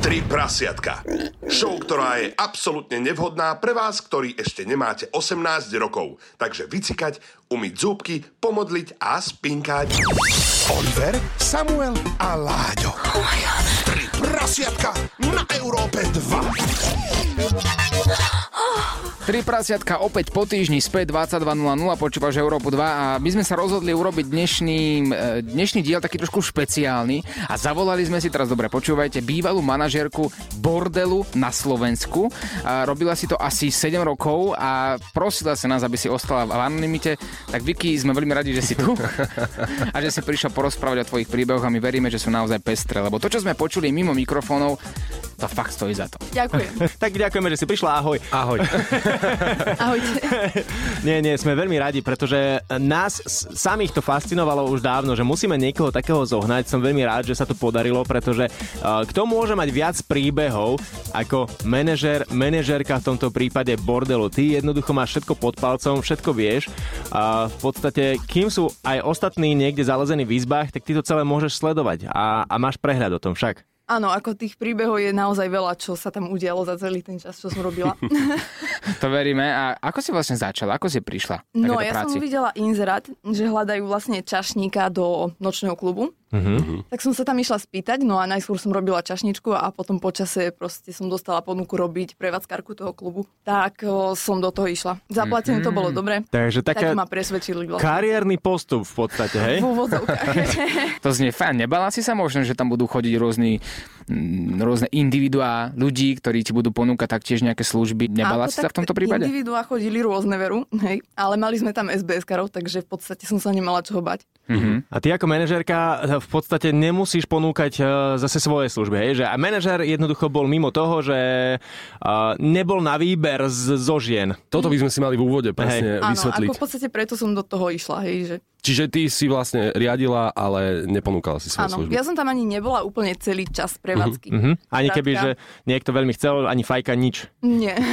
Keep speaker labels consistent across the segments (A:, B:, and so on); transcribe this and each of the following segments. A: Tri prasiatka. Show, ktorá je absolútne nevhodná pre vás, ktorí ešte nemáte 18 rokov. Takže vycikať, umyť zúbky, pomodliť a spinkať.
B: Oliver, Samuel a Láďo. Tri prasiatka na Európe 2.
C: Tri prasiatka opäť po týždni späť 22.00 počúvaš Európu 2 a my sme sa rozhodli urobiť dnešný, e, dnešný diel taký trošku špeciálny a zavolali sme si, teraz dobre počúvajte, bývalú manažérku bordelu na Slovensku. A robila si to asi 7 rokov a prosila sa nás, aby si ostala v anonimite. Tak Vicky, sme veľmi radi, že si tu a že si prišla porozprávať o tvojich príbehoch a my veríme, že sú naozaj pestré, lebo to, čo sme počuli mimo mikrofónov, to fakt stojí za to.
D: Ďakujem.
E: Tak ďakujeme, že si prišla, ahoj.
F: Ahoj.
D: Ahojte.
E: Nie, nie, sme veľmi radi, pretože nás s- samých to fascinovalo už dávno, že musíme niekoho takého zohnať. Som veľmi rád, že sa to podarilo, pretože eh, kto môže mať viac príbehov ako manažer, manažerka v tomto prípade bordelu. Ty jednoducho máš všetko pod palcom, všetko vieš. A v podstate, kým sú aj ostatní niekde zalezení v izbách, tak ty to celé môžeš sledovať a, a máš prehľad o tom však.
D: Áno, ako tých príbehov je naozaj veľa, čo sa tam udialo za celý ten čas, čo som robila.
C: To veríme. A ako si vlastne začala? Ako si prišla? k
D: No,
C: takéto
D: ja
C: práci?
D: som videla inzerát, že hľadajú vlastne čašníka do nočného klubu.
C: Mhm.
D: Mm-hmm. Tak som sa tam išla spýtať, no a najskôr som robila čašničku a potom počase proste som dostala ponuku robiť prevádzkarku toho klubu. Tak o, som do toho išla. Zaplatené to
C: Mhm.
D: bolo dobre.
E: Takže
D: Tak
E: taká
D: ma presvedčili vlastne.
E: kariérny postup v podstate, hej?
D: V úvodzovkách.
C: To znie fajn. Nebala si sa možno, že tam budú chodiť rôzni, mm, rôzne individuá ľudí, ktorí ti budú ponúkať taktiež nejaké služby. Nebala
D: Ako
C: si sa
D: tak
C: v tomto prípade?
D: Individuá chodili rôzne veru, hej, ale mali sme tam SBS-karov, takže v podstate som sa nemala čoho bať.
E: A ty ako manažérka eh, v podstate nemusíš ponúkať eh, zase svoje služby, hej? Že a manažér jednoducho bol mimo toho, že eh, nebol na výber z, zo žien.
F: Toto by sme si mali v úvode presne
D: Áno,
F: vysvetliť.
D: ako v podstate preto som do toho išla, hej, že
F: Čiže ty si vlastne riadila, ale neponúkala si svoje
D: áno,
F: služby.
D: ja som tam ani nebola úplne celý čas prevádzky.
E: Mhm. Ani keby, že
D: Krátka.
E: niekto veľmi chcel, ani fajka, nič.
D: Nie,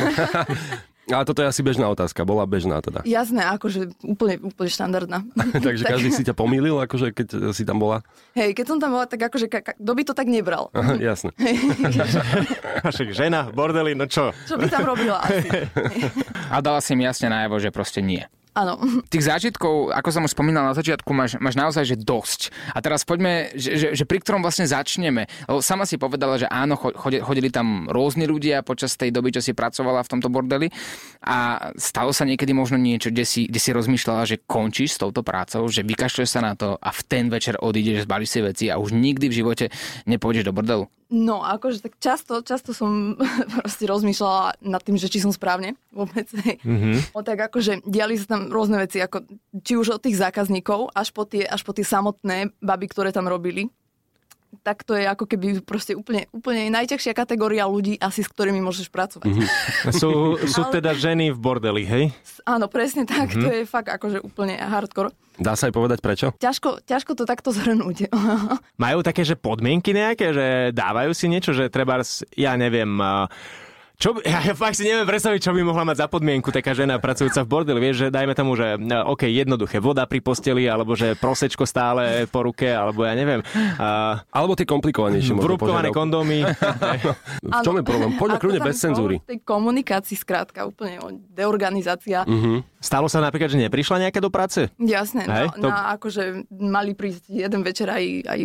F: Ale toto je asi bežná otázka, bola bežná teda.
D: jasné, akože úplne, úplne štandardná.
F: Takže
D: Tak-
F: každý si ťa pomýlil, akože keď si tam bola.
D: Hej, keď som tam bola, tak akože, ka- ka- kto by to tak nebral?
F: Aha, jasne.
E: Však žena v bordeli, no čo?
D: Čo by tam robila asi?
C: A dala si im jasne najavo, že proste nie.
D: Áno,
C: Tých zážitkov, ako som už spomínal na začiatku, máš, máš naozaj že dosť. A teraz poďme, že, že, že pri ktorom vlastne začneme. Lebo sama si povedala, že áno, cho- chode- chodili tam rôzni ľudia počas tej doby, čo si pracovala v tomto bordeli. A stalo sa niekedy možno niečo, kde si, kde si rozmýšľala, že končíš s touto prácou, že vykašľuješ sa na to a v ten večer odídeš, zbalíš si veci a už nikdy v živote nepôjdeš do bordelu.
D: no akože tak často, často som proste rozmýšľala nad tým, že či som správne vôbec. Hej.
F: Mhm.
D: Mm-hmm. No tak akože diali sa tam rôzne veci, ako, či už od tých zákazníkov až po tie, až po tie samotné baby, ktoré tam robili. tak to je ako keby proste úplne, úplne najťažšia kategória ľudí asi, s ktorými môžeš pracovať.
F: Mhm.
D: Mm-hmm.
E: Sú, sú
D: Ale-
E: teda ženy v bordeli, hej?
D: Áno, presne tak, mm-hmm. to
F: Mhm.
D: je fakt akože úplne hardcore.
F: Dá sa aj povedať prečo?
D: Ťažko, ťažko to takto zhrnúť.
E: Majú také, že podmienky nejaké, že dávajú si niečo, že treba, ja neviem, a čo, by- ja fakt si neviem predstaviť, čo by mohla mať za podmienku taká žena pracujúca v bordeli. Vieš, že dajme tomu, že e, OK, jednoduché, voda pri posteli, alebo že prosečko stále po ruke, alebo ja neviem, a,
F: Alebo tie komplikovanejšie možno
E: vrúbkované
F: požiadavky.
E: kondómy.
F: V čom je problém? Poďme
D: Ako
F: kľudne
D: tam
F: bez
D: bolo
F: cenzúry.
D: v Tej komunikácii skrátka, úplne o- deorganizácia. Mm-hmm.
F: Mhm.
E: Stalo sa napríklad, že neprišla nejaká do práce?
D: Jasné,
E: Hej,
D: no,
E: to-
D: na, akože mali prísť jeden večer aj, aj,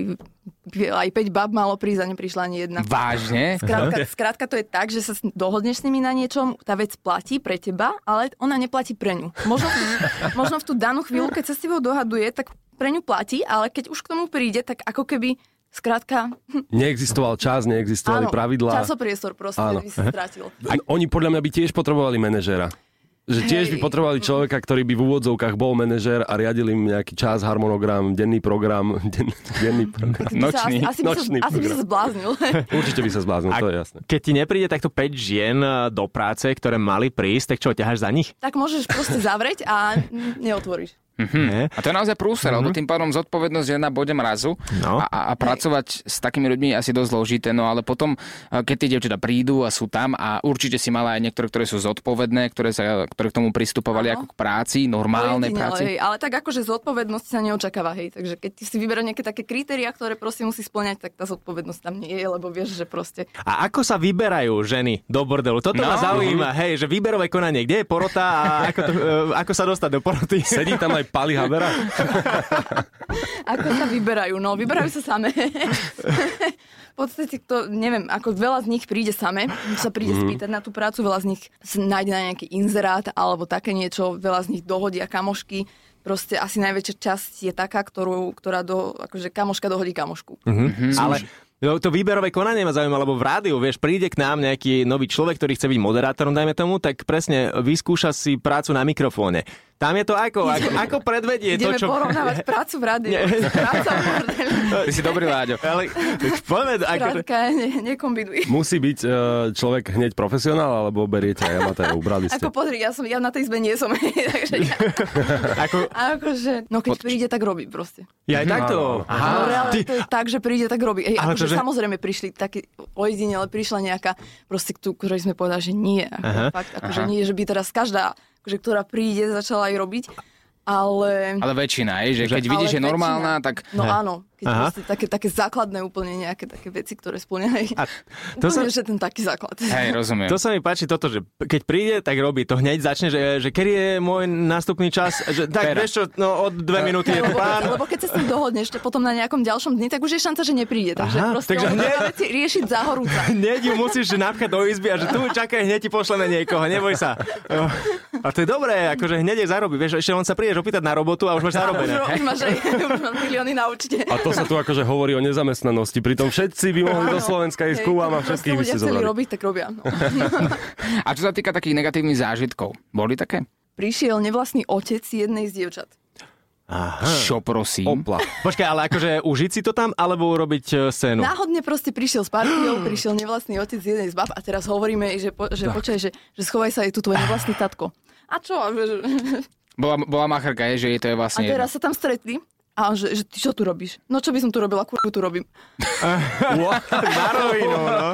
D: aj 5 bab malo prísť a neprišla ani jedna.
C: Vážne?
D: Skrátka, skrátka to je tak, že sa s- dohodneš s nimi na niečom, tá vec platí pre teba, ale ona neplatí pre ňu. Možno, možno v tú danú chvíľu, keď sa s tebou dohaduje, tak pre ňu platí, ale keď už k tomu príde, tak ako keby skrátka...
F: Neexistoval čas, neexistovali
D: Áno,
F: pravidlá.
D: časopriestor proste
F: Áno.
D: by si strátil.
F: A oni podľa mňa by tiež potrebovali manažéra. Že tiež by
D: Hej.
F: potrebovali človeka, ktorý by v úvodzovkách bol manažér a riadil im nejaký čas, harmonogram, denný program, den, denný
D: By
F: program.
D: sa
C: Nočný-
D: asi, asi, by sa,
F: nočný
D: asi by sa
F: program.
D: zbláznil.
F: Určite by sa zbláznil, to je jasné.
E: Keď ti nepríde takto 5 žien e, do práce, ktoré mali prísť, tak čo, ťaháš za nich?
D: tak môžeš proste zavrieť a neotvoríš.
F: Hm.
E: Ne?
C: A to je naozaj prúser, mm-hmm. lebo tým pádom zodpovednosť je na bode mrazu
E: Mhm. No.
C: a, a, a pracovať s takými ľuďmi je asi dosť zložité, no ale potom, eh, keď tie dievčatá prídu a sú tam a určite si mala aj niektoré, ktoré sú zodpovedné, ktoré, sa, ktoré k tomu pristupovali
D: Áno.
C: ako k práci, normálnej
D: Ojedinelo,
C: práci.
D: Hej, ale tak akože zodpovednosť sa neočakáva, hej. Takže keď si vyberá nejaké také kritéria, ktoré proste musí splňať, tak tá zodpovednosť tam nie je, lebo vieš, že proste...
E: A ako sa vyberajú ženy do bordelu? Toto no. ma
C: No.
E: zaujíma, hej, že výberové konanie, kde je porota a ako, to, e, ako sa dostať do poroty?
F: Sedí tam aj Pali Havera?
D: Ako sa vyberajú? No, vyberajú sa samé. v podstate to, neviem, ako veľa z nich príde samé, sa príde
E: Mhm.
D: mm. spýtať na tú prácu, veľa z nich s- nájde na nejaký inzerát alebo také niečo, veľa z nich dohodia kamošky. Proste asi najväčšia časť je taká, ktorú, ktorá do, akože kamoška dohodí kamošku.
E: Mhm. Ale no, to výberové konanie ma zaujíma, lebo v rádiu, vieš, príde k nám nejaký nový človek, ktorý chce byť moderátorom, dajme tomu, tak presne vyskúša si prácu na mikrofóne. Tam je to ako, ako, ako predvedie
D: Ideme
E: to, čo...
D: porovnávať prácu v rade.
E: Nie.
D: Práca v bordeli.
C: Ty si dobrý, Láďo.
E: Ale povedzme, ako...
D: Krátka, ne, nekombinuj.
F: Musí byť e, človek hneď profesionál, alebo beriete aj amatérov, brali ste.
D: Ako pozri, ja, som, ja na tej izbe nie som, takže ja,
E: ako
D: akože, no keď príde, tak robí proste.
E: ja aj
C: No.
E: takto.
D: Ale
E: Aha, ty,
D: No, reálne to je tak, že príde, tak robí. Ej,
E: Ale
D: akože,
E: to, že-
D: Samozrejme prišli takí ojedinele, prišla nejaká proste, tú, ktorej sme povedali, že nie. Ako,
E: Aha.
D: fakt, akože nie, že by teraz každá, akože, ktorá príde, začala aj robiť, ale...
C: Ale väčšina, hej, že keď vidíš, že je
D: väčšina-
C: normálna, tak
D: No
E: Hej.
D: áno, keď
E: Aha.
D: proste také, také základné úplne nejaké také veci, ktoré splňajú.
E: A
D: To
E: to sa-
D: úplne, sa... že ten taký základ.
C: hej, rozumiem.
E: to sa mi páči toto, že keď príde, tak robí to hneď, začne, že, že kedy je môj nástupný čas, že, tak
C: Teraz.
E: vieš čo, no od dve minúty je
D: Lebo,
E: tu plán.
D: lebo keď sa s ním dohodneš to potom na nejakom ďalšom dni, tak už je šanca, že nepríde. Takže
E: Aha,
D: Aha, proste
E: takže
D: takže on
E: hneď-
D: treba veci riešiť za horúca.
E: Hneď ju musíš napchať do izby a že tu čakaj, hneď ti pošleme niekoho, neboj sa. Jo. A to je dobré, akože hneď jej zarobí. Vieš, ešte on sa prídeš opýtať na robotu a už máš
D: Už,
E: zarobené.
D: už máš, aj- už máš milióny na účte.
F: A to sa tu akože hovorí o nezamestnanosti. Pritom všetci by mohli do Slovenska ísť
D: Hej,
F: ku vám a
D: proste
F: všetkých by
D: ľudia
F: ste
D: chceli
F: zobrali.
D: robiť, tak robia. No.
C: A čo sa týka takých negatívnych zážitkov, boli také?
D: Prišiel nevlastný otec jednej z dievčat.
E: Hm.
C: Čo prosím?
F: Opla.
E: Počkaj, ale akože užiť si to tam, alebo urobiť e, scénu?
D: Náhodne proste prišiel s partiou, prišiel nevlastný otec z jednej z bab a teraz hovoríme, že, po, že počkaj, že, že schovaj sa, je tu tvoj nevlastný tatko. A čo? A že-
C: Bola, bola machrka, hej, že jej to je
D: A
C: vlastne jedno.
D: teraz sa tam stretli a on, že, že ty čo tu robíš? No čo by som tu robila, kurku tu robím.
E: Na rovinu, no.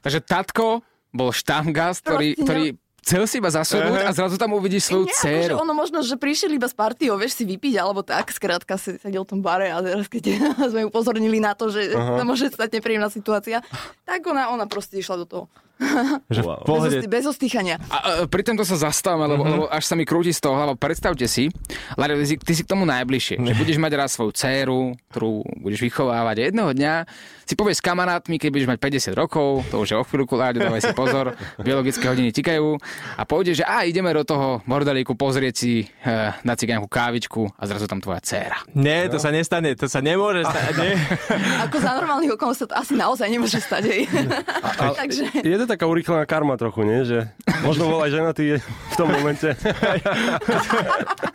C: Takže tatko bol štamgast, ktorý,
D: Proste, no.
C: ktorý chcel si iba zasunúť a zrazu tam uvidíš svoju
D: Nie,
C: dceru.
D: Akože ono možno, že prišiel iba z partiou, vieš, si vypiť alebo tak, skrátka si sedel v tom bare a teraz keď sme ju upozornili na to, že uh-huh. môže stať nepríjemná situácia, tak ona, ona proste išla do toho.
E: Že v pohode.
D: Bez, osti- bez ostýchania.
C: A, a pri tomto sa zastavme, lebo,
E: Mhm.
C: lebo až sa mi krúti z toho hlava. Predstavte si, Lario, ty, si- ty si k tomu najbližšie, že budeš mať raz svoju dceru, ktorú budeš vychovávať. A Jedného dňa si povieš s kamarátmi, keď budeš mať 50 rokov, to už je o chvíľku, Láďo, dávaj si pozor, biologické hodiny tikajú a pôjdeš, že a ideme do toho mordelíku pozrieť si e, na cigánku kávičku a zrazu tam tvoja dcéra.
E: Nie, to sa nestane, to sa nemôže stať. Nie.
D: Ako za normálnych okolností to asi naozaj nemôže stať. Hej. Takže
F: Je to taká urýchlená karma trochu, nie? Že možno bol aj ženatý v tom momente.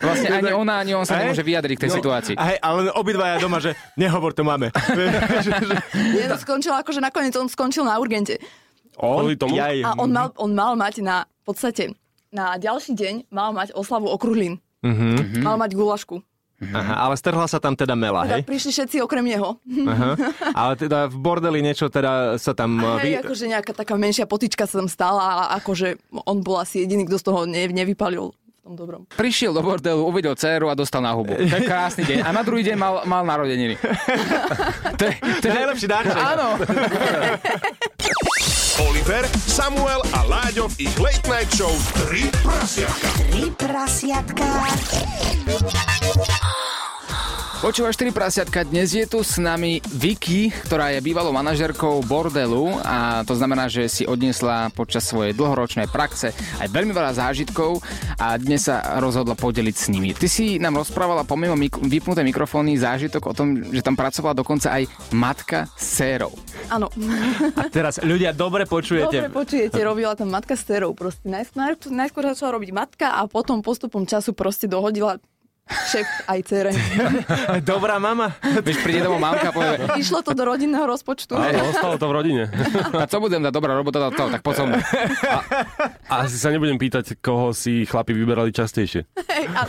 C: Vlastne ani ona, ani on sa
E: Hej.
C: nemôže vyjadriť k tej situácii.
E: A No, hej, ale obidvaja doma, že nehovor, to máme.
D: ja to skončil akože nakoniec on skončil na urgente.
E: On,
F: Kvôli tomu?
E: jaj,
D: A on mal, on mal mať na v podstate na ďalší deň mal mať oslavu okruhlín. Mm-hmm. Mal mať gulašku.
E: Aha, ale strhla sa tam teda mela,
D: Teda
E: Mhm. hej?
D: prišli všetci okrem neho.
E: Aha. Ale teda v bordeli niečo teda sa tam...
D: A Hej,
E: e,
D: akože nejaká taká menšia potička sa tam stala a akože on bol asi jediný, kto z toho ne, nevypalil v tom dobrom.
C: Prišiel do bordelu, uvidel dceru a dostal na hubu. To je krásny deň. A na druhý deň mal, mal narodeniny. To je, to
E: To
C: je,
E: je najlepší darček.
C: Áno.
B: Oliver, Samuel a Láďo v ich Late Night Show 3 prasiatka.
G: Tri prasiatka.
C: Počúvaš 4 prasiatka, dnes je tu s nami Vicky, ktorá je bývalou manažerkou bordelu a to znamená, že si odniesla počas svojej dlhoročnej praxe aj veľmi veľa zážitkov a dnes sa rozhodla podeliť s nimi. Ty si nám rozprávala pomimo mik- vypnuté mikrofóny zážitok o tom, že tam pracovala dokonca aj matka s dcerou.
D: Áno.
E: A teraz ľudia, dobre počujete.
D: Dobre počujete, robila tam matka s cerou. Proste najskôr, najskôr začala robiť matka a potom postupom času proste dohodila šéf aj cere.
E: Dobrá mama.
C: Vieš, príde domov mamka a povie,
D: Išlo to do rodinného rozpočtu.
F: Áno, ostalo to v rodine.
C: a co budem dať, dobrá robota, dá to, tak poď som.
F: A asi sa nebudem pýtať, koho si chlapi vyberali častejšie.
D: Hej, a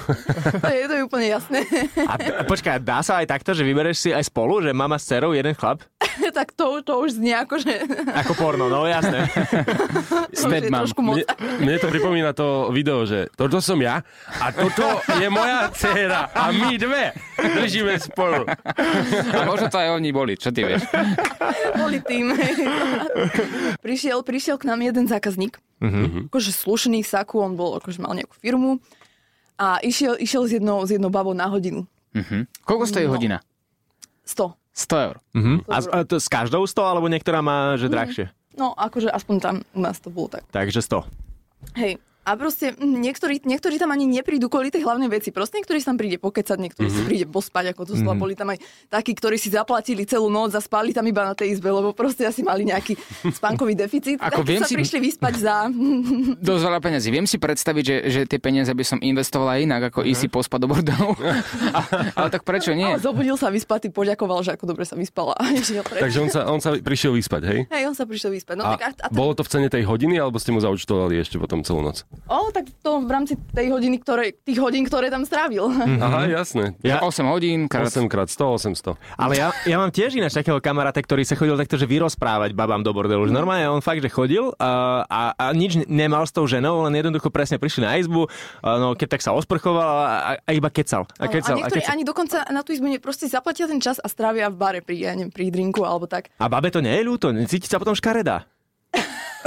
D: to je to je úplne jasné.
E: A d- počkaj, dá sa aj takto, že vybereš si aj spolu, že mama s cerou, jeden chlap?
D: tak to, to už znie ako, že
E: Ako porno, no jasné.
D: to už je
C: Stepmom.
D: trošku moc.
F: Mne, mne to pripomína to video, že toto som ja a toto je moja dcera a my dve držíme spolu.
C: A možno to aj oni boli, čo ty vieš.
D: Boli tým. hej. prišiel, prišiel k nám jeden zákazník,
C: Mhm.
D: mm-hmm. akože slušný saku, on bol, akože mal nejakú firmu a išiel, išiel s, jednou, s jednou babou na hodinu.
C: Koľko stojí hodina?
D: 100.
C: 100 eur.
E: Mhm. A, s- a to s každou 100, alebo niektorá má, že drahšie?
D: No, akože aspoň tam u nás to bolo tak.
E: Takže 100.
D: Hej. A proste mm, niektorí, niektorí tam ani neprídu kvôli tej hlavnej veci. Proste niektorí si tam príde pokecať,
C: Mhm.
D: niektorí mm-hmm. si príde pospať, ako to mm-hmm. Boli tam aj takí, ktorí si zaplatili celú noc a spali tam iba na tej izbe, lebo proste asi mali nejaký spánkový deficit.
C: Ako
D: tak
C: viem
D: sa
C: si-
D: prišli vyspať za...
C: Dosť veľa peniazy. Viem si predstaviť, že, že tie peniaze by som investovala inak, ako
D: Mhm.
C: ísť si pospať do bordelu. Ale tak prečo nie?
D: Ale zobudil sa vyspatý, poďakoval, že ako dobre sa vyspala. a išiel preč.
F: Takže on sa, on sa prišiel vyspať, hej?
D: Hej, on sa prišiel vyspať. No,
F: A
D: tak a, a to,
F: bolo to v cene tej hodiny, alebo ste mu zaučtovali ešte potom celú noc?
D: o, tak to v rámci tej hodiny, ktoré, tých hodín, ktoré tam strávil.
F: Aha, jasné.
E: Mhm. Ja,
C: 8 hodín, krát
F: 8 krát 100, 800.
E: ale ja, ja mám tiež ináč takého kamaráta, ktorý sa chodil takto, že vyrozprávať babám do bordelu.
D: Mhm.
E: Že normálne on fakt, že chodil a, a, a nič ne- nemal s tou ženou, len jednoducho presne prišli na izbu, a no keď tak sa osprchoval a, a- a iba kecal.
D: Áno,
E: A
D: a
E: kecal, a,
D: niektorí
E: kecal.
D: ani dokonca na tú izbu ne- proste zaplatia ten čas a strávia v bare pri, ja neviem, pri drinku alebo tak.
E: a babe to nie je ľúto, cíti sa potom škaredá.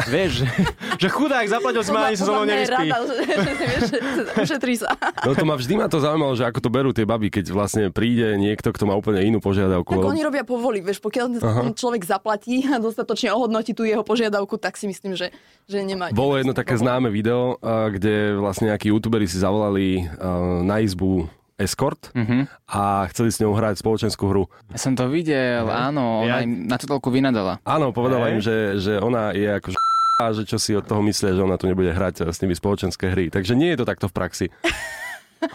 E: Vieš, že, že chudák zaplatil si ma, ani sa so
D: Podľa
E: mnou
D: mňa je
E: nevyspí.
D: rada, že- že si vieš, že ušetrí sa.
F: No to ma vždy ma to zaujímalo, že ako to berú tie baby, keď vlastne príde niekto, kto má úplne inú požiadavku.
D: Tak
F: lebo-
D: oni robia povoli, vieš, pokiaľ ten človek zaplatí a dostatočne ohodnotí tú jeho požiadavku, tak si myslím, že, že nemá.
F: Bolo jedno také známe video, a, kde vlastne nejakí youtuberi si zavolali a, na izbu escort
E: Mhm.
F: a chceli s ňou hrať spoločenskú hru.
C: Ja som to videl,
D: Mhm.
C: áno, ona
E: Ja-
C: im na to toľku vynadala.
F: Áno,
E: Hej.
F: povedala im, že, že ona je ako ž- a že čo si od toho myslia, že ona tu nebude hrať e, s nimi spoločenské hry. Takže nie je to takto v praxi.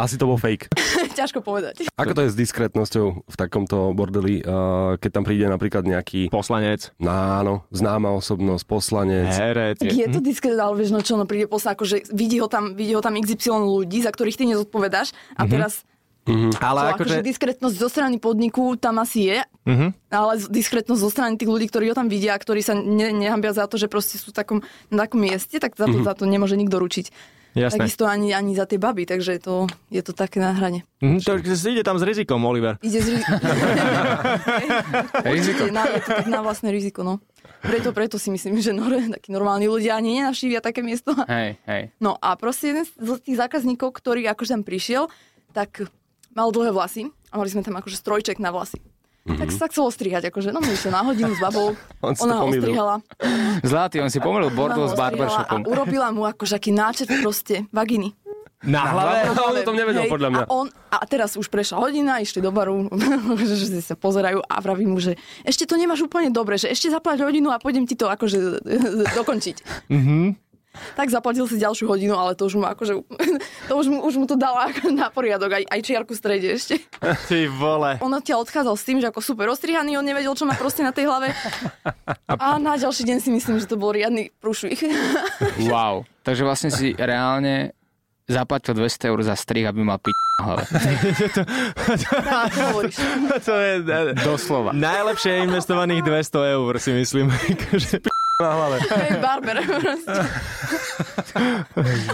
F: Asi to bol fake.
D: Ťažko povedať.
F: Ako to je s diskrétnosťou v takomto bordeli, a, keď tam príde napríklad nejaký
E: Poslanec,
F: áno, známa osobnosť, poslanec,
E: herec.
D: Tak je to diskret, ale vieš, no čo, no príde posa, akože vidí ho tam, vidí ho tam XY ľudí, za ktorých ty nezodpovedáš a teraz
E: Ale
D: to, akože
E: akože...
D: diskretnosť zo strany podniku tam asi je, ale z- diskretnosť zo strany tých ľudí, ktorí ho tam vidia a ktorí sa ne, nehambia za to, že proste sú v takom, na takom mieste, tak za to, za to nemôže nikto ručiť.
E: Jasné.
D: Takisto ani, ani za tie baby, takže to, je to také na hrane.
E: Mhm, to ide tam s rizikom, Oliver.
D: Ide z ri-
C: Riziko.
D: Je na, je to tak na vlastné riziko, no. Preto, preto si myslím, že nor- takí normálni ľudia ani nenavštívia také miesto.
C: Hej, hej.
D: No a proste jeden z z tých zákazníkov, ktorý akože tam prišiel, tak mal dlhé vlasy a mali sme tam akože strojček na vlasy. Mm-hmm. Tak sa chcelo strihať, akože no my išli na hodinu s babou,
F: Mhm. On si to
D: ona ho
F: pomýlil.
D: ostrihala.
C: Zlatý, on si pomýlil
D: ona ho
C: bordel s
D: ostrihala a
C: barbershopom.
D: urobila mu akože aký náčrt proste vaginy.
E: Na hlave?
F: No, on o tom nevedel,
D: Hej,
F: podľa mňa.
D: A, on, a teraz už prešla hodina, išli do baru, že si sa pozerajú a vraví mu, že ešte to nemáš úplne dobre, že ešte zaplať hodinu a pôjdem ti to akože dokončiť. Mm-hmm. Tak zaplatil si ďalšiu hodinu, ale to už mu akože, to už mu, už mu to dala ako na poriadok, aj, aj čiarku v strede ešte.
E: Ty vole.
D: On odtiaľ odchádzal s tým, že ako super ostrihaný, on nevedel, čo má proste na tej hlave. A na ďalší deň si myslím, že to bol riadny prúšvih.
C: Wow. Takže vlastne si reálne zaplatil 200 eur za strih, aby mal piť na hlave.
D: Tak to hovoríš.
E: To je
C: Doslova.
E: najlepšie investovaných 200 eur, si myslím. Akože,
D: Hej, barber. Proste.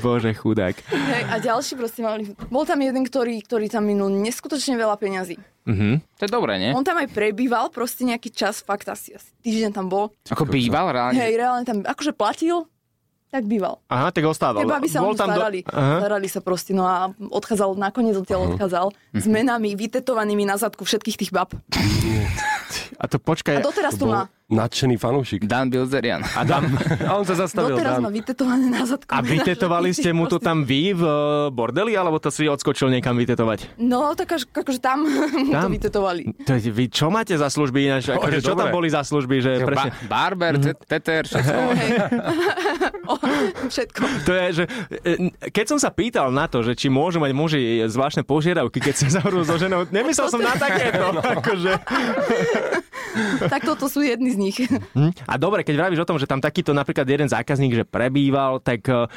E: Bože, chudák.
D: Hej, a ďalší proste mali... Bol tam jeden, ktorý, ktorý tam minul neskutočne veľa peňazí.
C: To je dobré, nie?
D: On tam aj prebýval proste nejaký čas, fakt asi, asi týždeň tam bol.
C: Ako býval reálne.
D: Hej, reálne tam, akože platil, tak býval.
E: Aha, tak ostával.
D: Teba by sa o
E: Bol
D: ňu
E: tam do-
D: starali.
E: Aha.
D: Starali sa proste, no a odchádzal, nakoniec odtiaľ odchádzal
E: Mhm.
D: s menami vytetovanými na zadku všetkých tých bab.
E: A to počkaj,
D: A doteraz to má.
F: nadšený fanúšik.
C: Dan Bilzerian.
F: A tam, a on sa zastavil.
D: Doteraz
F: Dan.
D: má vytetované na zadku.
E: A
D: mená
E: vytetovali
D: všetkých
E: ste mu to
D: proste-
E: tam vy v e, bordeli, alebo to si odskočil niekam vytetovať?
D: No, tak až, akože tam mu to
E: Tam?
D: vytetovali.
E: To, je- vy čo máte za služby ináč? Akože,
F: je
E: čo tam
F: dobré.
E: boli za služby? Že presne,
C: Ba- barber,
D: Mhm.
C: te- teter, všetko.
D: Hej. O, Všetko.
E: to je, že, e, n- keď som sa pýtal na to, že či môžu mať muži zvláštne požiadavky, keď sa zavrú so ženou, nemyslel som na takéto. Akože.
D: Tak toto sú jedni z nich.
E: Hm? A dobre, keď vravíš o tom, že tam takýto napríklad jeden zákazník, že prebýval, tak uh,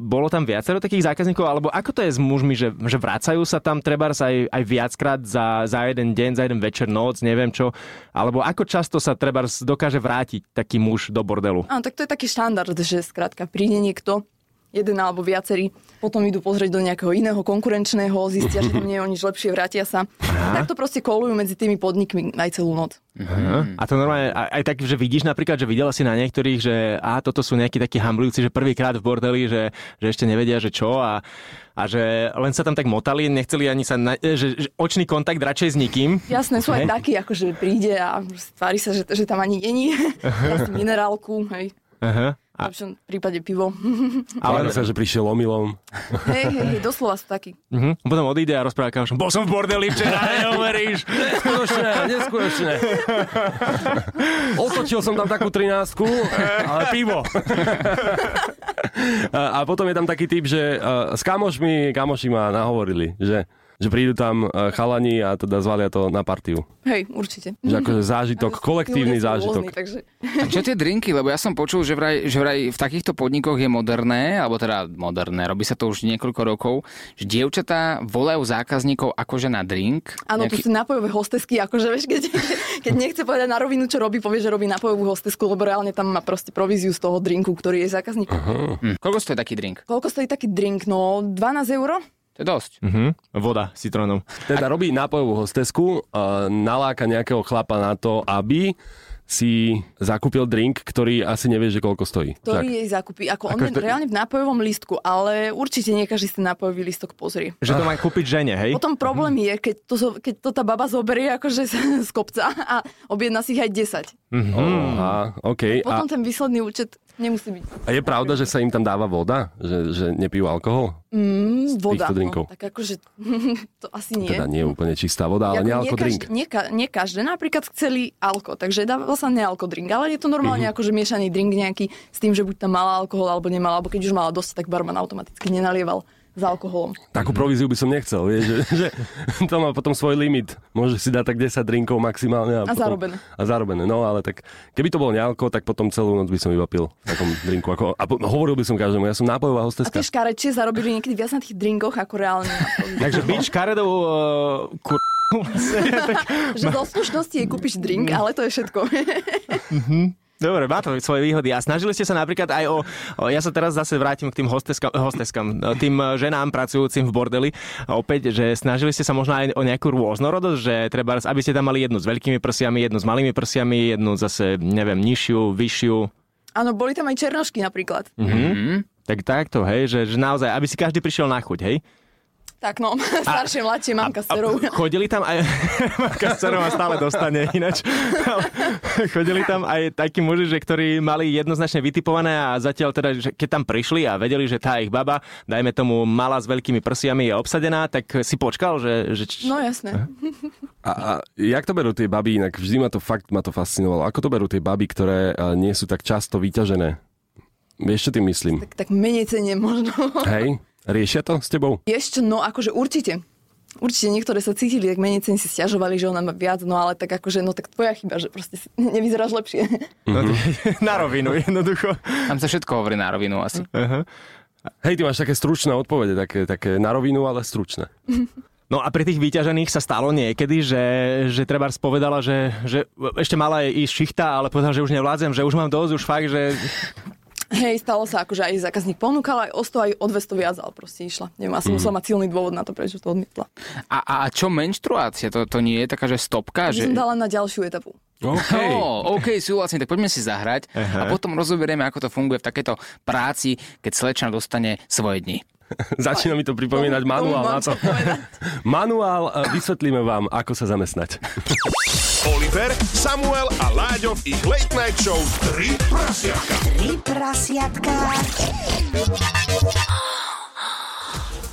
E: bolo tam viacero takých zákazníkov, alebo ako to je s mužmi, že, že vracajú sa tam treba aj, aj viackrát za, za jeden deň, za jeden večer, noc, neviem čo, alebo ako často sa treba dokáže vrátiť taký muž do bordelu?
D: Áno, tak to je taký štandard, že skrátka príde niekto, jeden alebo viacerí, potom idú pozrieť do nejakého iného konkurenčného, zistia, že tam nie je o nič lepšie, vrátia sa. A takto proste kolujú medzi tými podnikmi aj celú noc.
E: A to normálne, aj, aj tak, že vidíš napríklad, že videla si na niektorých, že a toto sú nejakí takí hamblujúci, že prvýkrát v bordeli, že, že ešte nevedia, že čo a, a že len sa tam tak motali, nechceli ani sa, na, že, že očný kontakt radšej s nikým.
D: Jasné, sú aj
E: Hej.
D: takí, akože príde a proste tvári sa, že, že tam ani není. Dá si minerálku, hej.
E: Aha.
D: V lepšom prípade pivo.
F: Ale
E: Ale-
F: sa, že prišiel omylom.
D: hej, hej, hej, doslova sú takí.
E: Mhm. Potom odíde a rozpráva kamošom, bol som v bordeli včera, neuveríš.
F: Neskutočné, neskutočné. Otočil som tam takú trináctku, ale pivo. A, a potom je tam taký typ, že uh, s kamošmi, kamoši ma nahovorili, že, že prídu tam uh, chalani a teda zvalia to na partiu.
D: Hej, určite.
F: Že akože zážitok, kolektívny
D: Tí ľudia sú rôzni,
F: zážitok.
D: takže...
C: Čo tie drinky? Lebo ja som počul, že vraj, že vraj v takýchto podnikoch je moderné, alebo teda moderné, robí sa to už niekoľko rokov, že dievčatá volajú zákazníkov akože na drink.
D: Áno, tu sú nápojové hostesky, akože vieš, keď, keď nechce povedať na rovinu, čo robí, povie, že robí nápojovú hostesku, lebo reálne tam má proste províziu z toho drinku, ktorý je zákazník.
C: Hm. Koľko stojí taký drink?
D: Koľko stojí taký drink? No, 12 eur?
C: To je dosť.
E: Mhm. Voda s citrónom.
F: Teda robí nápojovú hostesku, uh, naláka nejakého chlapa na to, aby si zakúpil drink, ktorý asi nevie, že koľko stojí.
D: Ktorý
F: Však.
D: jej zakúpi. Ako, on
E: Akože
D: je
E: to-
D: reálne v nápojovom lístku, ale určite nie každý si nápojový lístok pozrie.
E: Že to má kúpiť žene, hej?
D: Potom
F: Mhm.
D: problém je, keď to, zo- keď to tá baba zoberie akože z, z kopca a objedná si ich aj 10.
F: Aha, OK.
D: Mhm.
F: No A,
D: Potom ten výsledný účet nemusí byť
F: a je pravda, že sa im tam dáva voda? Že, že nepijú alkohol?
D: mm, voda.
F: týchto drinkov.
D: No, tak akože to asi nie.
F: Teda nie je úplne čistá voda, ale
D: Ako
F: nealko
D: nie,
F: drink.
D: Každý, nie, ka- nie každé, napríklad chceli alko, takže dáva sa nealko drink, ale je to normálne
F: Mhm.
D: mm-hmm. akože miešaný drink nejaký s tým, že buď tam mala alkohol alebo nemala, alebo keď už mala dosť, tak barman automaticky nenalieval s alkoholom.
F: Takú províziu by som nechcel, vieš, že, že to má potom svoj limit. Môže si dať tak 10 drinkov maximálne. A,
D: A
F: potom,
D: zarobené.
F: A zarobené, no ale tak, keby to bolo nealko, tak potom celú noc by som iba pil v takom drinku. Ako, a po, hovoril by som každému, ja som
D: A
F: nápojová
D: tie
F: hosteska.
D: škarečie zarobili niekedy viac na tých drinkoch ako reálne. na provízii.
E: Takže byť škaredou uh, kur...
D: že zo slušnosti jej kúpiš drink,
F: Mhm.
D: ale to je všetko.
E: Dobre, má to svoje výhody. A snažili ste sa napríklad aj o... o ja sa teraz zase vrátim k tým hosteskam, hosteskam e, tým e, ženám pracujúcim v bordeli. A Opäť, že snažili ste sa možno aj o nejakú rôznorodosť, že treba, aby ste tam mali jednu s veľkými prsiami, jednu s malými prsiami, jednu zase, neviem, nižšiu, vyššiu.
D: Áno, boli tam aj černošky napríklad.
F: Mhm.
E: Mhm. Tak takto, hej, že, že naozaj, aby si každý prišiel na chuť, hej?
D: Tak no, staršie, mladšie, mamka s cerou.
E: A chodili tam aj... Mamka s cerou ma stále dostane ináč. Ale chodili tam aj takí muži, že ktorí mali jednoznačne vytipované a zatiaľ teda, že keď tam prišli a vedeli, že tá ich baba, dajme tomu mala s veľkými prsiami je obsadená, tak si počkal, že... že č...
D: No jasné.
F: A, a jak to berú tie baby, inak vždy ma to fakt ma to fascinovalo. Ako to berú tie baby, ktoré a, nie sú tak často vyťažené? Vieš, čo tým myslím?
D: Tak, tak menej cenie možno.
F: Hej, riešia to s tebou?
D: Ešte, no akože určite. Určite niektoré sa cítili, tak menej cen si stiažovali, že ona má viac, no ale tak akože, no tak tvoja chyba, že proste si nevyzeráš lepšie.
E: Mm-hmm. Na rovinu, jednoducho.
C: Tam sa všetko hovorí na rovinu asi.
F: Hej, ty máš také stručné odpovede, také, také na rovinu, ale stručné.
E: No a pri tých vyťažených sa stalo niekedy, že, že treba spovedala, že, že ešte mala jej ísť šichta, ale povedala, že už nevládzem, že už mám dosť, už fakt, že
D: Hej, stalo sa akože aj zákazník ponúkal, aj o 100, aj o 200 viac, ale proste išla. Neviem,
F: Mm.
D: asi musela mať silný dôvod na to, prečo to odmietla.
C: A, a, a čo menštruácia? To, to nie je taká, že stopka? Že...
D: Že... Som dala na ďalšiu etapu.
F: OK.
C: No, OK, súhlasím, tak poďme si zahrať a potom rozoberieme, ako to funguje v takejto práci, keď slečna dostane svoje dni.
F: Začína mi to pripomínať
D: Tomu- tomu
F: manuál
D: mám
F: na to.
D: čo povedať.
F: Manuál, e, vysvetlíme vám, ako sa zamestnať.
B: Oliver, Samuel a Láďo v ich Late Night Show 3 prasiatka.
G: Tri prasiatka.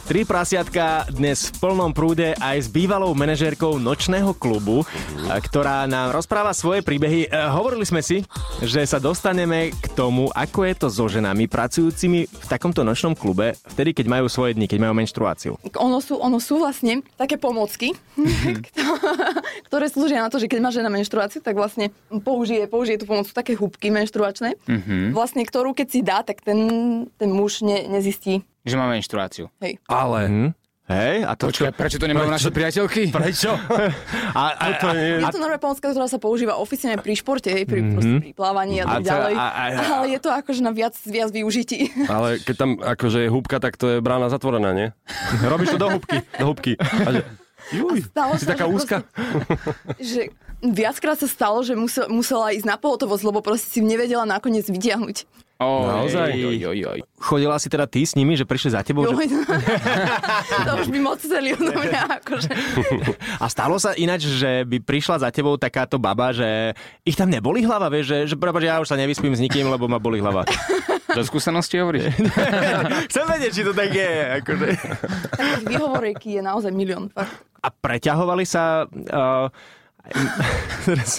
E: Tri prasiatka dnes v plnom prúde aj s bývalou manažérkou nočného klubu, a ktorá nám rozpráva svoje príbehy. E, hovorili sme si, že sa dostaneme k tomu, ako je to so ženami pracujúcimi v takomto nočnom klube, vtedy, keď majú svoje dni, keď majú menštruáciu.
D: ono sú, ono sú vlastne také pomocky,
E: Mhm.
D: ktoré slúžia na to, že keď má žena menštruáciu, tak vlastne použije, použije tú pomoc, sú také húbky menštruačné,
E: Mhm.
D: vlastne ktorú keď si dá, tak ten, ten muž ne, nezistí.
C: Že máme menštruáciu.
D: Hej.
F: Ale...
E: Hm? Hej, a to...
C: Počkaj, prečo to nemajú naše priateľky?
F: Prečo?
E: A, a, a, Mhm.
D: Je to normálna pomocka, ktorá sa používa oficiálne pri športe, hej, pri, mm-hmm. pri plávaní a
E: A
D: tak
E: to-
D: ďalej.
E: a- a- a-
D: Ale je to akože na viac, viac využití.
F: Ale keď tam akože je húbka, tak to je brána zatvorená, nie? Robíš to do húbky. Do húbky. A že, juj,
D: stalo
F: si
D: sa,
F: taká
D: že
F: úzka.
D: že viackrát sa stalo, že musel, musela ísť na pohotovosť, lebo proste si nevedela nakoniec vyťahnuť.
C: Oj,
F: Naozaj?
C: Oj, oj, oj.
E: Chodila si teda ty s nimi, že prišli za tebou? Že...
D: Joj, no. to už by moc chceli odo mňa. Akože.
E: A stalo sa ináč, že by prišla za tebou takáto baba, že ich tam neboli hlava, vieš, že, že, prepáč, ja už sa nevyspím s nikým, lebo ma boli hlava.
C: Do skúsenosti hovoríš?
E: Chcem vedieť, či to tak je. Akože.
D: Takých výhovoriek je naozaj milión. Fakt.
E: A preťahovali sa... Uh, teraz,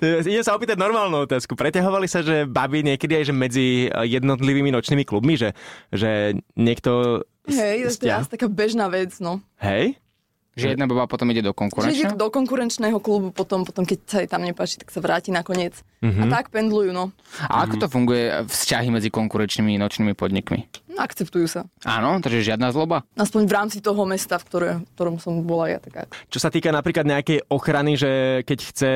E: teraz idem sa opýtať normálnu otázku. Preťahovali sa, že baby niekedy aj že medzi eh, jednotlivými nočnými klubmi, že, že niekto... s-
D: Hej, to je
E: sťa-
D: asi taká bežná vec, no.
E: Hej?
C: Že jedna baba potom ide do
D: Že ide
C: konkurenčného?
D: do konkurenčného klubu potom, potom keď sa jej tam nepáči, tak sa vráti nakoniec. A tak pendlujú, no.
C: A ako to funguje eh, vzťahy medzi konkurenčnými nočnými podnikmi?
D: no. Akceptujú sa.
C: Áno, takže žiadna zloba?
D: Aspoň v rámci toho mesta, v, ktoré, v ktorom som bola ja. Taká.
E: Čo sa týka napríklad nejakej ochrany, že keď chce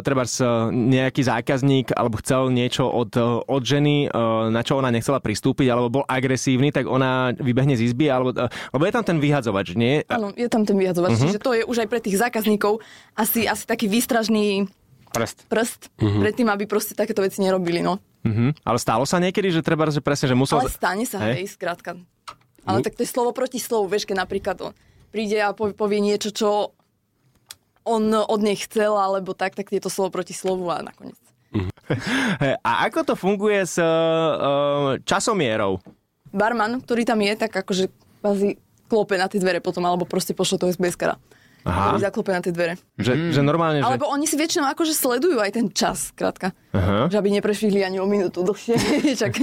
E: treba uh, nejaký zákazník alebo chcel niečo od, eh, od ženy, eh, na čo ona nechcela pristúpiť, alebo bol agresívny, tak ona vybehne z izby, alebo, eh, lebo je tam ten vyhadzovač, nie?
D: Áno, je tam ten vyhadzovač, uh-huh. čiže to je už aj pre tých zákazníkov asi, asi taký výstražný
C: Prst.
D: prst uh-huh. pred tým, aby proste takéto veci nerobili, no.
E: Mhm. Ale stalo sa niekedy, že treba že presne, že musel...
D: Ale stane sa,
E: Hej.
D: hej, skrátka. Ale tak to je slovo proti slovu, vieš, keď napríklad on príde a povie, povie niečo, čo on od nej chcel, alebo tak, tak je to slovo proti slovu a nakoniec.
E: Hej, A ako to funguje s uh, časomierou?
D: Barman, ktorý tam je, tak akože kvázi klope na tie dvere potom, alebo proste pošlo toho SBS-kara, ktorý zaklope na tie dvere.
E: Že, že normálne, že...
D: Alebo oni si väčšinou akože sledujú aj ten čas, krátka.
E: Aha.
D: Že aby neprešvihli ani o minútu dlhšie. Čak,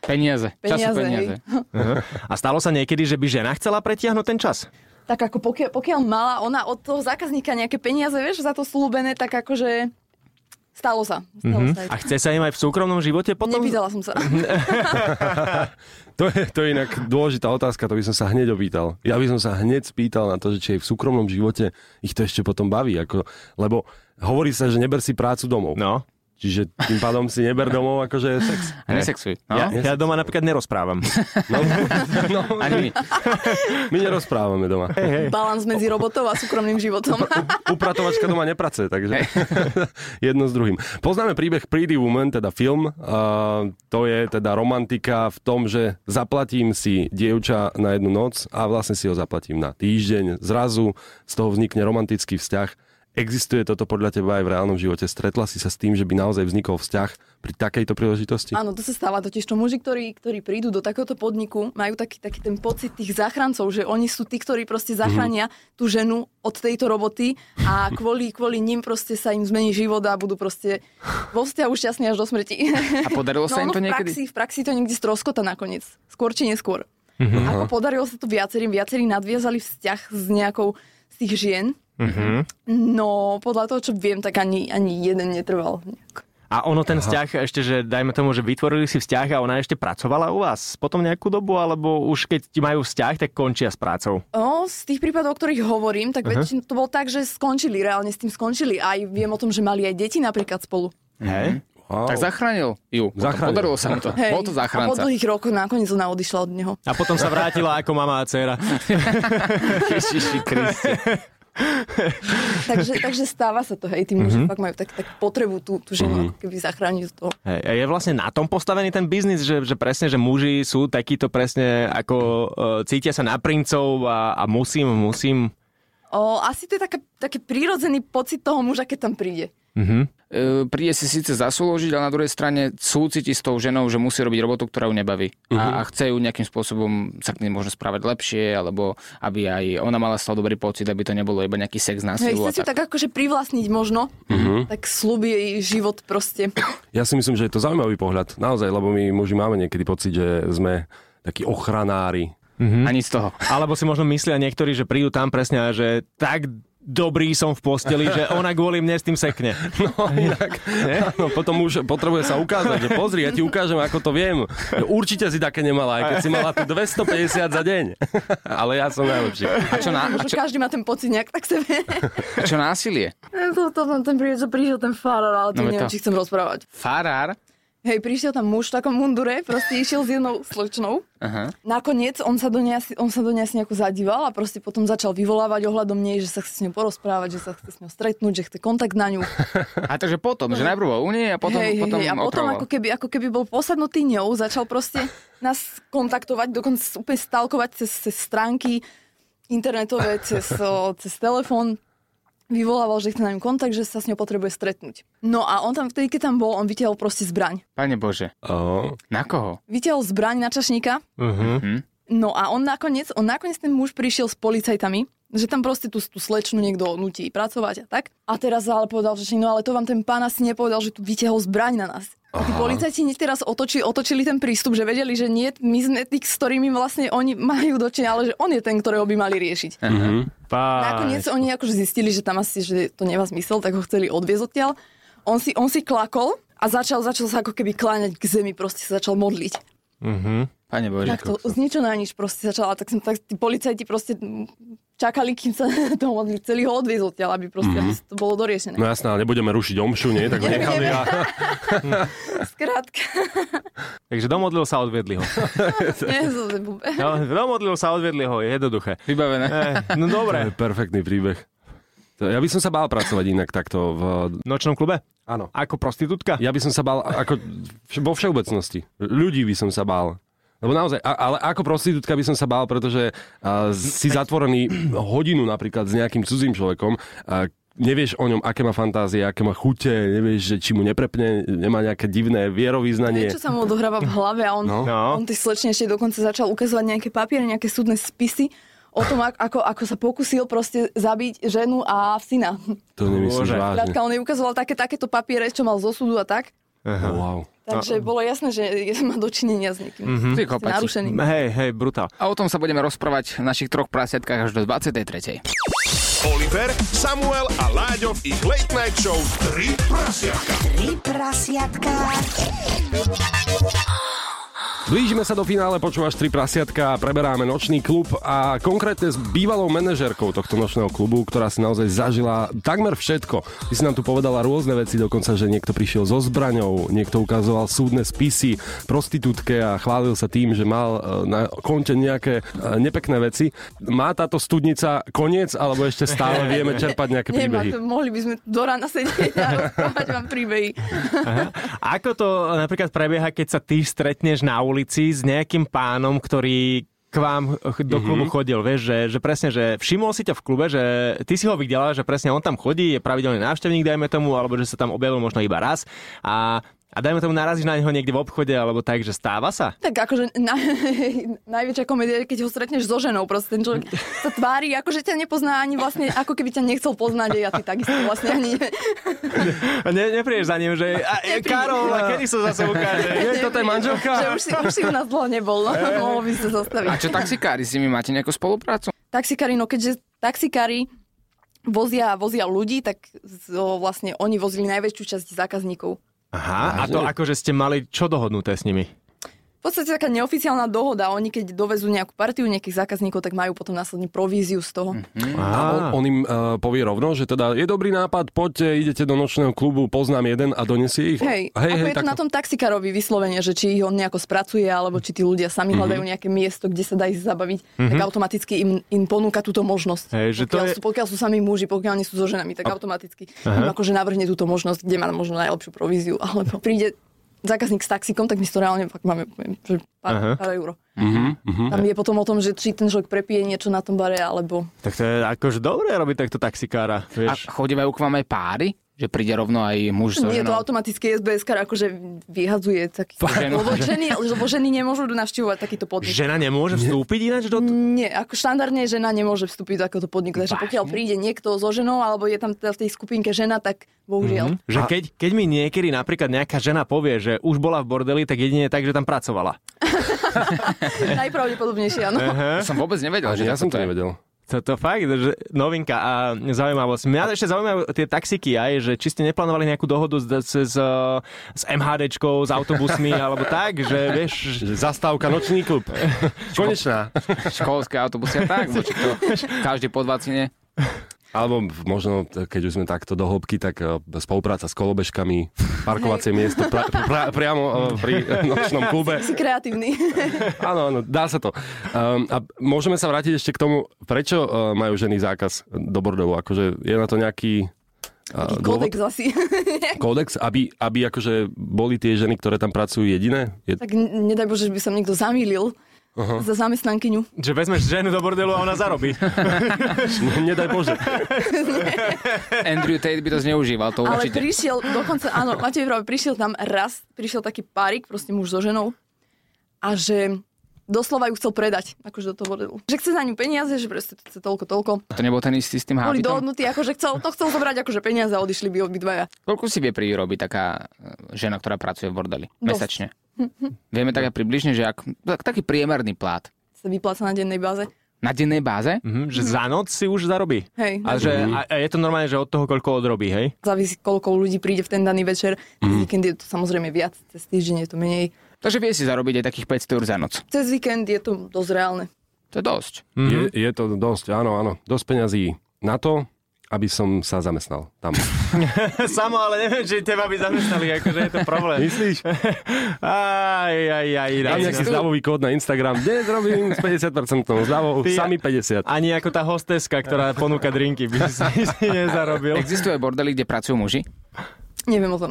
C: Peniaze. Času
D: Peniaze,
C: peniaze.
D: hej.
E: Aha. A stalo sa niekedy, že by žena chcela pretiahnuť ten čas?
D: tak ako pokiaľ, pokiaľ mala ona od toho zákazníka nejaké peniaze, vieš, za to slúbené, tak akože stalo sa. Stalo sa aj
E: A
D: to.
E: chce sa im aj v súkromnom živote potom?
D: Nepýtala som sa.
F: To je, to je inak dôležitá otázka, to by som sa hneď opýtal. Ja by som sa hneď spýtal na to, že či aj v súkromnom živote ich to ešte potom baví. Ako, lebo hovorí sa, že neber si prácu domov.
E: No.
F: Čiže tým pádom si neber domov akože sex.
C: A nesexuj. No?
E: Ja, ja doma napríklad nerozprávam.
F: No, no,
C: Ani my.
F: my nerozprávame doma.
D: Balans medzi robotou a súkromným životom.
F: Upratovačka doma nepracuje, takže jedno s druhým. Poznáme príbeh Pretty Woman, teda film. A to je teda romantika v tom, že zaplatím si dievča na jednu noc a vlastne si ho zaplatím na týždeň. Zrazu z toho vznikne romantický vzťah. Existuje toto podľa teba aj v reálnom živote? Stretla si sa s tým, že by naozaj vznikol vzťah pri takejto príležitosti?
D: Áno, to sa stáva totiž, to muži, ktorí, ktorí prídu do takéhoto podniku, majú taký, taký ten pocit tých záchrancov, že oni sú tí, ktorí proste zachránia tú ženu od tejto roboty a kvôli, kvôli nim proste sa im zmení život a budú proste vo vzťahu šťastní až do smrti.
C: A podarilo sa im
D: no,
C: to
D: ono v
C: niekedy?
D: Praxi, v praxi to niekde stroskota nakoniec, skôr či neskôr. Mm-hmm. Ako podarilo sa to viacerým, viacerí nadviazali vzťah s nejakou z tých žien, mm-hmm. no podľa toho, čo viem, tak ani, ani jeden netrval. nejak.
E: A ono ten vzťah ešte, že dajme tomu, že vytvorili si vzťah a ona ešte pracovala u vás potom nejakú dobu, alebo už keď ti majú vzťah, tak končia s prácou.
D: O, No, z tých prípadov, o ktorých hovorím, tak uh-huh. väčšinou to bolo tak, že skončili, reálne s tým skončili. Aj viem o tom, že mali aj deti napríklad spolu.
E: Hej?
F: Wow.
C: Tak zachránil ju. Potom
F: Zachránil.
C: Podarilo sa mu to. Bol to
D: A po
C: záchranca.
D: dlhých rokoch nakoniec ona odišla od neho.
E: A potom sa vrátila ako mama a dcera.
C: Ježiši Kriste.
D: Takže, takže stáva sa to, hej, tým, mm-hmm. že fakt majú tak, tak potrebu tú, tú ženu mm-hmm. keby zachrániť z toho.
E: Hej, a je vlastne na tom postavený ten biznis, že, že presne, že muži sú takíto presne ako e, cítia sa na princov a, a musím, musím.
D: O, asi to je taká, taký prírodzený pocit toho muža, keď tam príde.
C: E, príde si síce zasúložiť, ale na druhej strane súciti s tou ženou, že musí robiť robotu, ktorá ju nebaví. A, a chce ju nejakým spôsobom sa k nej možno správať lepšie, alebo aby aj ona mala z toho dobrý pocit, aby to nebolo iba nejaký sex na
D: Hej,
C: silu. a
D: chce
C: Mhm.
D: si ju tak akože privlastniť možno, tak slúbi jej život proste.
F: Ja si myslím, že je to zaujímavý pohľad, naozaj, lebo my muži máme niekedy pocit, že sme takí ochranári.
C: Ani z toho.
E: Alebo si možno myslia niektorí, že prídu tam presne a že tak dobrý som v posteli, že ona kvôli mne s tým sekne.
F: No inak, áno, potom už potrebuje sa ukázať, že pozri, ja ti ukážem, ako to viem. No, Určite si také nemala, aj keď si mala tu 250 za deň. Ale ja som najlepší.
C: A čo, na, a
D: Možno
C: čo,
D: každý má ten pocit nejak tak sebe.
C: a čo násilie?
D: to, to, ten príde, prišiel ten farár, ale
C: No,
D: to no,
C: veď
D: neviem,
C: to-
D: či chcem rozprávať.
C: Farár?
D: Hej, prišiel tam muž v takom mundure, proste išiel s jednou slečnou.
C: Aha.
D: Nakoniec on sa do nej, asi- on sa do nej asi nejako zadíval a proste potom začal vyvolávať ohľadom nej, že sa chce s ňou porozprávať, že sa chce s ňou stretnúť, že chce kontakt na ňu.
C: A takže potom, že najprv bol u nej a potom,
D: hej,
C: potom
D: hej, hej, a potom
C: opravoval.
D: ako keby, ako keby bol posadnutý ňou, začal proste nás kontaktovať, dokonca úplne stalkovať cez, cez stránky internetové, cez, o, cez telefón vyvolával, že chce na ňu kontakt, že sa s ňou potrebuje stretnúť. No a on tam vtedy, keď tam bol, on vytiahol proste zbraň.
C: Pane Bože,
F: Oh.
C: na koho?
D: Vytiahol zbraň na čašníka,
E: Uh-huh.
D: No a on nakoniec, on nakoniec ten muž prišiel s policajtami, že tam proste tú, tú slečnu niekto nutí pracovať a tak. A teraz ale povedal, že však, no ale to vám ten pán asi nepovedal, že tu vytiahol zbraň na nás. A tí policajti hneď teraz otočili, otočili ten prístup, že vedeli, že nie, my sme tí, s ktorými vlastne oni majú dočenia, ale že on je ten, ktorého by mali riešiť. Nakoniec oni akože zistili, že tam asi, že to nemá zmysel, tak ho chceli odviezť odtiaľ. On si, on si klakol a začal, začal sa ako keby kláňať k zemi, proste sa začal modliť.
C: Pane Bože.
D: Tak to z ničo na nič proste začala, tak som tak, tí policajti proste mm, čakali, kým sa to modli, celý ho odviez odtiaľ, aby proste mm-hmm. to bolo doriešené.
F: Mhm. No jasná, nebudeme rušiť omšu, nie? Tak ho nechali a...
D: Skrátka,
E: Takže domodlil sa, odvedli ho.
D: nie, zo- zo- bube.
E: No, domodlil sa, odvedli ho, je jednoduché.
C: Vybavené.
E: Eh, no
F: To
E: dobre.
F: je perfektný príbeh. To- Ja by som sa bál pracovať inak takto v...
E: V nočnom klube?
F: Áno.
E: Ako prostitútka?
F: Ja by som sa bál, ako vš- vo všeobecnosti. Ľudí by som sa bál. Lebo naozaj, a- ale ako prostitútka by som sa bál, pretože a, si zatvorený hodinu napríklad s nejakým cudzím človekom, a, nevieš o ňom, aké má fantázie, aké má chute, nevieš, že či mu neprepne, nemá nejaké divné vierovýznanie.
D: Niečo sa mu odohráva v hlave a on, no.
E: No.
D: on tej slečne ešte dokonca začal ukazovať nejaké papiere, nejaké súdne spisy o tom, ak- ako, ako sa pokusil proste zabiť ženu a syna.
F: To nemyslíš
E: Bože.
F: vážne.
D: Skrátka, on jej ukazoval také, takéto papiere, čo mal zo súdu a tak.
F: Wow.
D: Takže bolo jasné, že je- má dočinenia s niekým. Mm-hmm.
C: Ty kopači.
D: Narušený.
E: Hej, hej, brutál.
C: A o tom sa budeme rozprávať v našich troch prasiatkách až do 23.
B: Oliver, Samuel a Láďo v ich Late Night Show 3 prasiatka.
G: Tri prasiatka.
F: Blížime sa do finále, počúvaš tri prasiatka, preberáme nočný klub a konkrétne s bývalou manažérkou tohto nočného klubu, ktorá si naozaj zažila takmer všetko. Ty si nám tu povedala rôzne veci, dokonca, že niekto prišiel so zbraňou, niekto ukazoval súdne spisy prostitútke a chválil sa tým, že mal e, na konte nejaké e, nepekné veci. Má táto studnica koniec, alebo ešte stále vieme čerpať nejaké
D: Nemá,
F: príbehy?
D: to, mohli by sme tu do rána sedieť a rozprávať vám príbehy.
E: Ako to e, napríklad prebieha, keď sa ty stretneš na ulici s nejakým pánom, ktorý k vám ch- do klubu chodil, vieš, že, že presne, že všimol si ťa v klube, že ty si ho videla, že presne on tam chodí, je pravidelný návštevník, dajme tomu, alebo že sa tam objavil možno iba raz a, a dajme tomu narazíš na neho niekde v obchode, alebo tak, že stáva sa.
D: Tak akože na, najväčšia komédia je, keď ho stretneš so ženou. Proste ten človek sa tvári, akože ťa nepozná ani vlastne, ako keby ťa nechcel poznať. A ja ty takisto vlastne ani...
E: A Ne, neprídeš za ním, že a, e, Karol, a kedy sa zase ukáže?
D: toto je manželka? Že už si, už si u nás dlho nebol, no, mohol by sa zastaviť.
C: A čo taxikári, s nimi máte nejakú spoluprácu?
D: Taxikári, no keďže taxikári vozia, vozia ľudí, tak so, vlastne oni vozili najväčšiu časť zákazníkov.
E: Aha, a to akože ste mali čo dohodnuté s nimi?
D: V podstate taká neoficiálna dohoda. Oni keď dovezú nejakú partiu nejakých zákazníkov, tak majú potom následne províziu z toho.
F: A on,
E: Mm.
F: on im uh, povie rovno, že teda je dobrý nápad, poďte, idete do nočného klubu, poznám jeden a donesie ich.
D: Hej, hej, ako hej, je to
F: takto.
D: na tom taxikárovi vyslovene, že či ich on nejako spracuje, alebo či tí ľudia sami hľadajú nejaké miesto, kde sa dá ísť zabaviť, tak automaticky im, im ponúka túto možnosť.
E: Hej, že to
D: pokiaľ,
E: je-
D: sú, pokiaľ sú sami muži, pokiaľ nie sú so ženami, tak automaticky im akože navrhne túto možnosť, kde má možno najlepšiu províziu, alebo príde zákazník s taxikom, tak my si to reálne fakt máme poviem, že pár, pár euro. Tam je potom o tom, že či ten človek prepije niečo na tom bare, alebo
E: Tak to je akože dobré robiť takto
C: A
E: taxikára, vieš.
C: chodívajú k vám aj páry? Že príde rovno aj muž so
D: Nie, to
C: ženou?
D: automaticky SBS kar akože vyhadzuje taký...
C: Ženu.
D: Lebo ženy, lebo ženy nemôžu navštívovať takýto podnik.
E: Žena nemôže vstúpiť ináč do... t-
D: Nie, ako štandardne žena nemôže vstúpiť do takéhoto podniku. Takže pokiaľ príde niekto so ženou, alebo je tam teda v tej skupinke žena, tak bohužiaľ.
E: Že keď, keď mi niekedy napríklad nejaká žena povie, že už bola v bordeli, tak jedine tak, že tam pracovala.
D: Najpravdepodobnejšie, áno.
C: To som vôbec nevedel, že
F: Ja
C: takto
F: som
C: to
F: to
C: je.
F: nevedel.
E: To, to fakt, že novinka a zaujímavosť. Mňa ešte zaujímajú tie taxiky aj, že či ste neplánovali nejakú dohodu s, s, s, s MHDčkou, s autobusmi alebo tak, že vieš... že-
F: Že Zastávka, nočný klub. Konečná.
C: Školské autobusy a tak, bo či to každý po 20 nie.
F: Alebo možno, keď už sme takto do hĺbky, tak eh, spolupráca s kolobežkami, parkovacie miesto pra, pra, priamo eh, pri eh, nočnom klube.
D: Si kreatívny.
F: Áno, áno, dá sa to. Um, a môžeme sa vrátiť ešte k tomu, prečo eh, majú ženy zákaz do bordelu. Akože je na to nejaký eh, dôvod?
D: Kodex asi.
F: kódex, aby, aby akože boli tie ženy, ktoré tam pracujú jediné? Je...
D: tak n- nedaj Bože, že by som niekto zamýlil za zamestnankyňu.
E: Že vezmeš ženu do bordelu a ona zarobí.
F: Nedaj Bože.
C: Andrew Tate by to zneužíval, to
D: Ale
C: určite.
D: prišiel dokonca, áno, máte pravdu, prišiel tam raz, prišiel taký párik, proste muž so ženou a že doslova ju chcel predať, akože do toho bordelu. Že chce za ňu peniaze, že proste to chce toľko, toľko.
C: To nebol ten istý s tým
D: Boli
C: hábitom?
D: dohodnutí, akože chcel, to chcel zobrať akože peniaze a odišli by obidvaja.
C: Koľko si vie prirobiť taká e, žena, ktorá pracuje v bordeli?
D: Dosť.
C: Mesačne. Vieme tak aj približne, že ak, tak, taký priemerný plát.
D: Sa vypláca na dennej báze.
C: Na dennej báze?
E: Mhm, že za noc si už zarobí.
D: Hej,
E: A, že, a a je to normálne, že od toho, koľko odrobí, hej?
D: závisí koľko ľudí príde v ten daný večer. Cez víkend je to samozrejme viac, cez týždeň je to menej.
C: Takže vie si zarobiť aj takých 500 eur za noc.
D: Cez víkend je to dosť reálne.
C: To je dosť.
F: Je,
C: Mhm.
F: je to dosť, áno, áno. Dosť peňazí na to, aby som sa zamestnal tam.
E: Samo, ale neviem, či teba by zamestnali, akože je to problém. Myslíš? Aj, aj, aj,
F: Dám
E: aj.
F: nejaký zľavový kód na Instagram. Dnes robím s 50% zľavou,
E: Ty-
F: sami 50.
E: Ani ako tá hosteska, ktorá
C: No.
E: ponúka drinky, by si, si nezarobil.
C: Existuje bordely, kde pracujú muži?
D: Neviem o tom.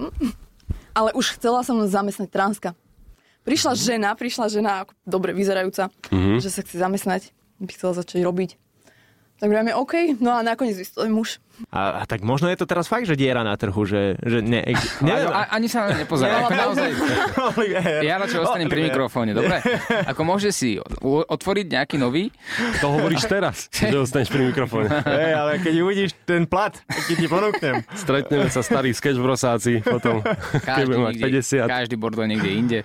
D: Ale už chcela som zamestnať transka. Prišla žena, prišla žena ako dobre vyzerajúca, že sa chce zamestnať, by chcela začať robiť. Tak hovoríme, OK, no a nakoniec vystoj muž.
E: A, a tak možno je to teraz fakt, že diera na trhu, že, že ne, ex- neviem.
C: A, ani sa na ne nepozerá. Naozaj,
E: Oliver.
C: ja radšej ostanem pri
E: Oliver.
C: mikrofóne, dobre? Ako môže si u- otvoriť nejaký nový,
F: To hovoríš teraz, že ostaneš pri mikrofóne.
E: Hej, ale keď uvidíš ten plat, keď ti ponúknem.
F: Stretneme sa starý sketch v Rosáci potom, keď
C: každý,
F: budem mať
C: niekde,
F: 50.
C: každý bordel niekde inde.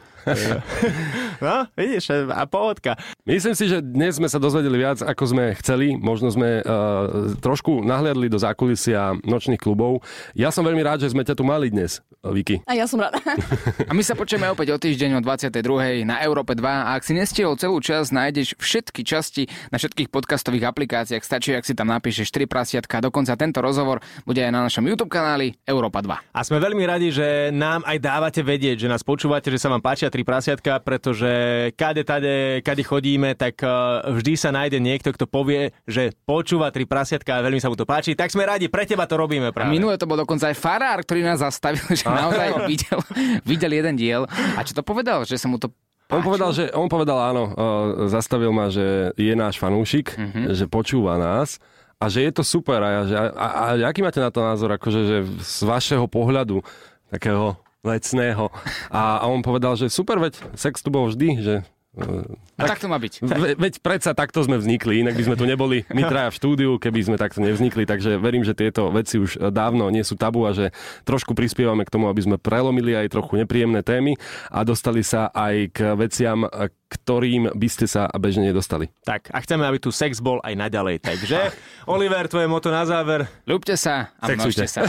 E: No, vidíš, a pohodka.
F: Myslím si, že dnes sme sa dozvedeli viac, ako sme chceli. Možno sme uh, trošku nahliadli do zákulisia nočných klubov. Ja som veľmi rád, že sme ťa tu mali dnes, Viki.
D: A ja som rada.
C: A my sa počujeme opäť o týždeň o 22. na Európe 2 a ak si nestihol celú časť, nájdeš všetky časti na všetkých podcastových aplikáciách. Stačí, ak si tam napíšeš 3 prasiatka. Dokonca tento rozhovor bude aj na našom YouTube kanáli Európa 2.
E: A sme veľmi radi, že nám aj dávate vedieť, že nás počúvate, že sa vám páčia tri prasiatka, pretože kade tade, kade chodíme, tak eh, vždy sa nájde niekto, kto povie, že počúva tri prasiatka a veľmi sa mu to páči. Tak sme radi, pre teba to robíme
C: A
E: práve.
C: minule to bol dokonca aj farár, ktorý nás zastavil, že naozaj videl, videl jeden diel. A čo to povedal, že sa mu to
F: On povedal, že, on povedal áno, uh, zastavil ma, že je náš fanúšik, že počúva nás a že je to super. A, ja, že, a, a, a aký máte na to názor, akože, že z vašeho pohľadu takého lecného. A, a on povedal, že super, veď sex tu bol vždy, že
C: A tak to má byť.
F: Ve, veď predsa takto sme vznikli, inak by sme tu neboli my traja v štúdiu, keby sme takto nevznikli, takže verím, že tieto veci už dávno nie sú tabu a že trošku prispievame k tomu, aby sme prelomili aj trochu nepríjemné témy a dostali sa aj k veciam, ktorým by ste sa bežne nedostali.
E: Tak, a chceme, aby tu sex bol aj naďalej. Takže, Oliver, tvoje moto na záver.
C: Ľúbte sa a
F: Sexujte.
C: množte sa.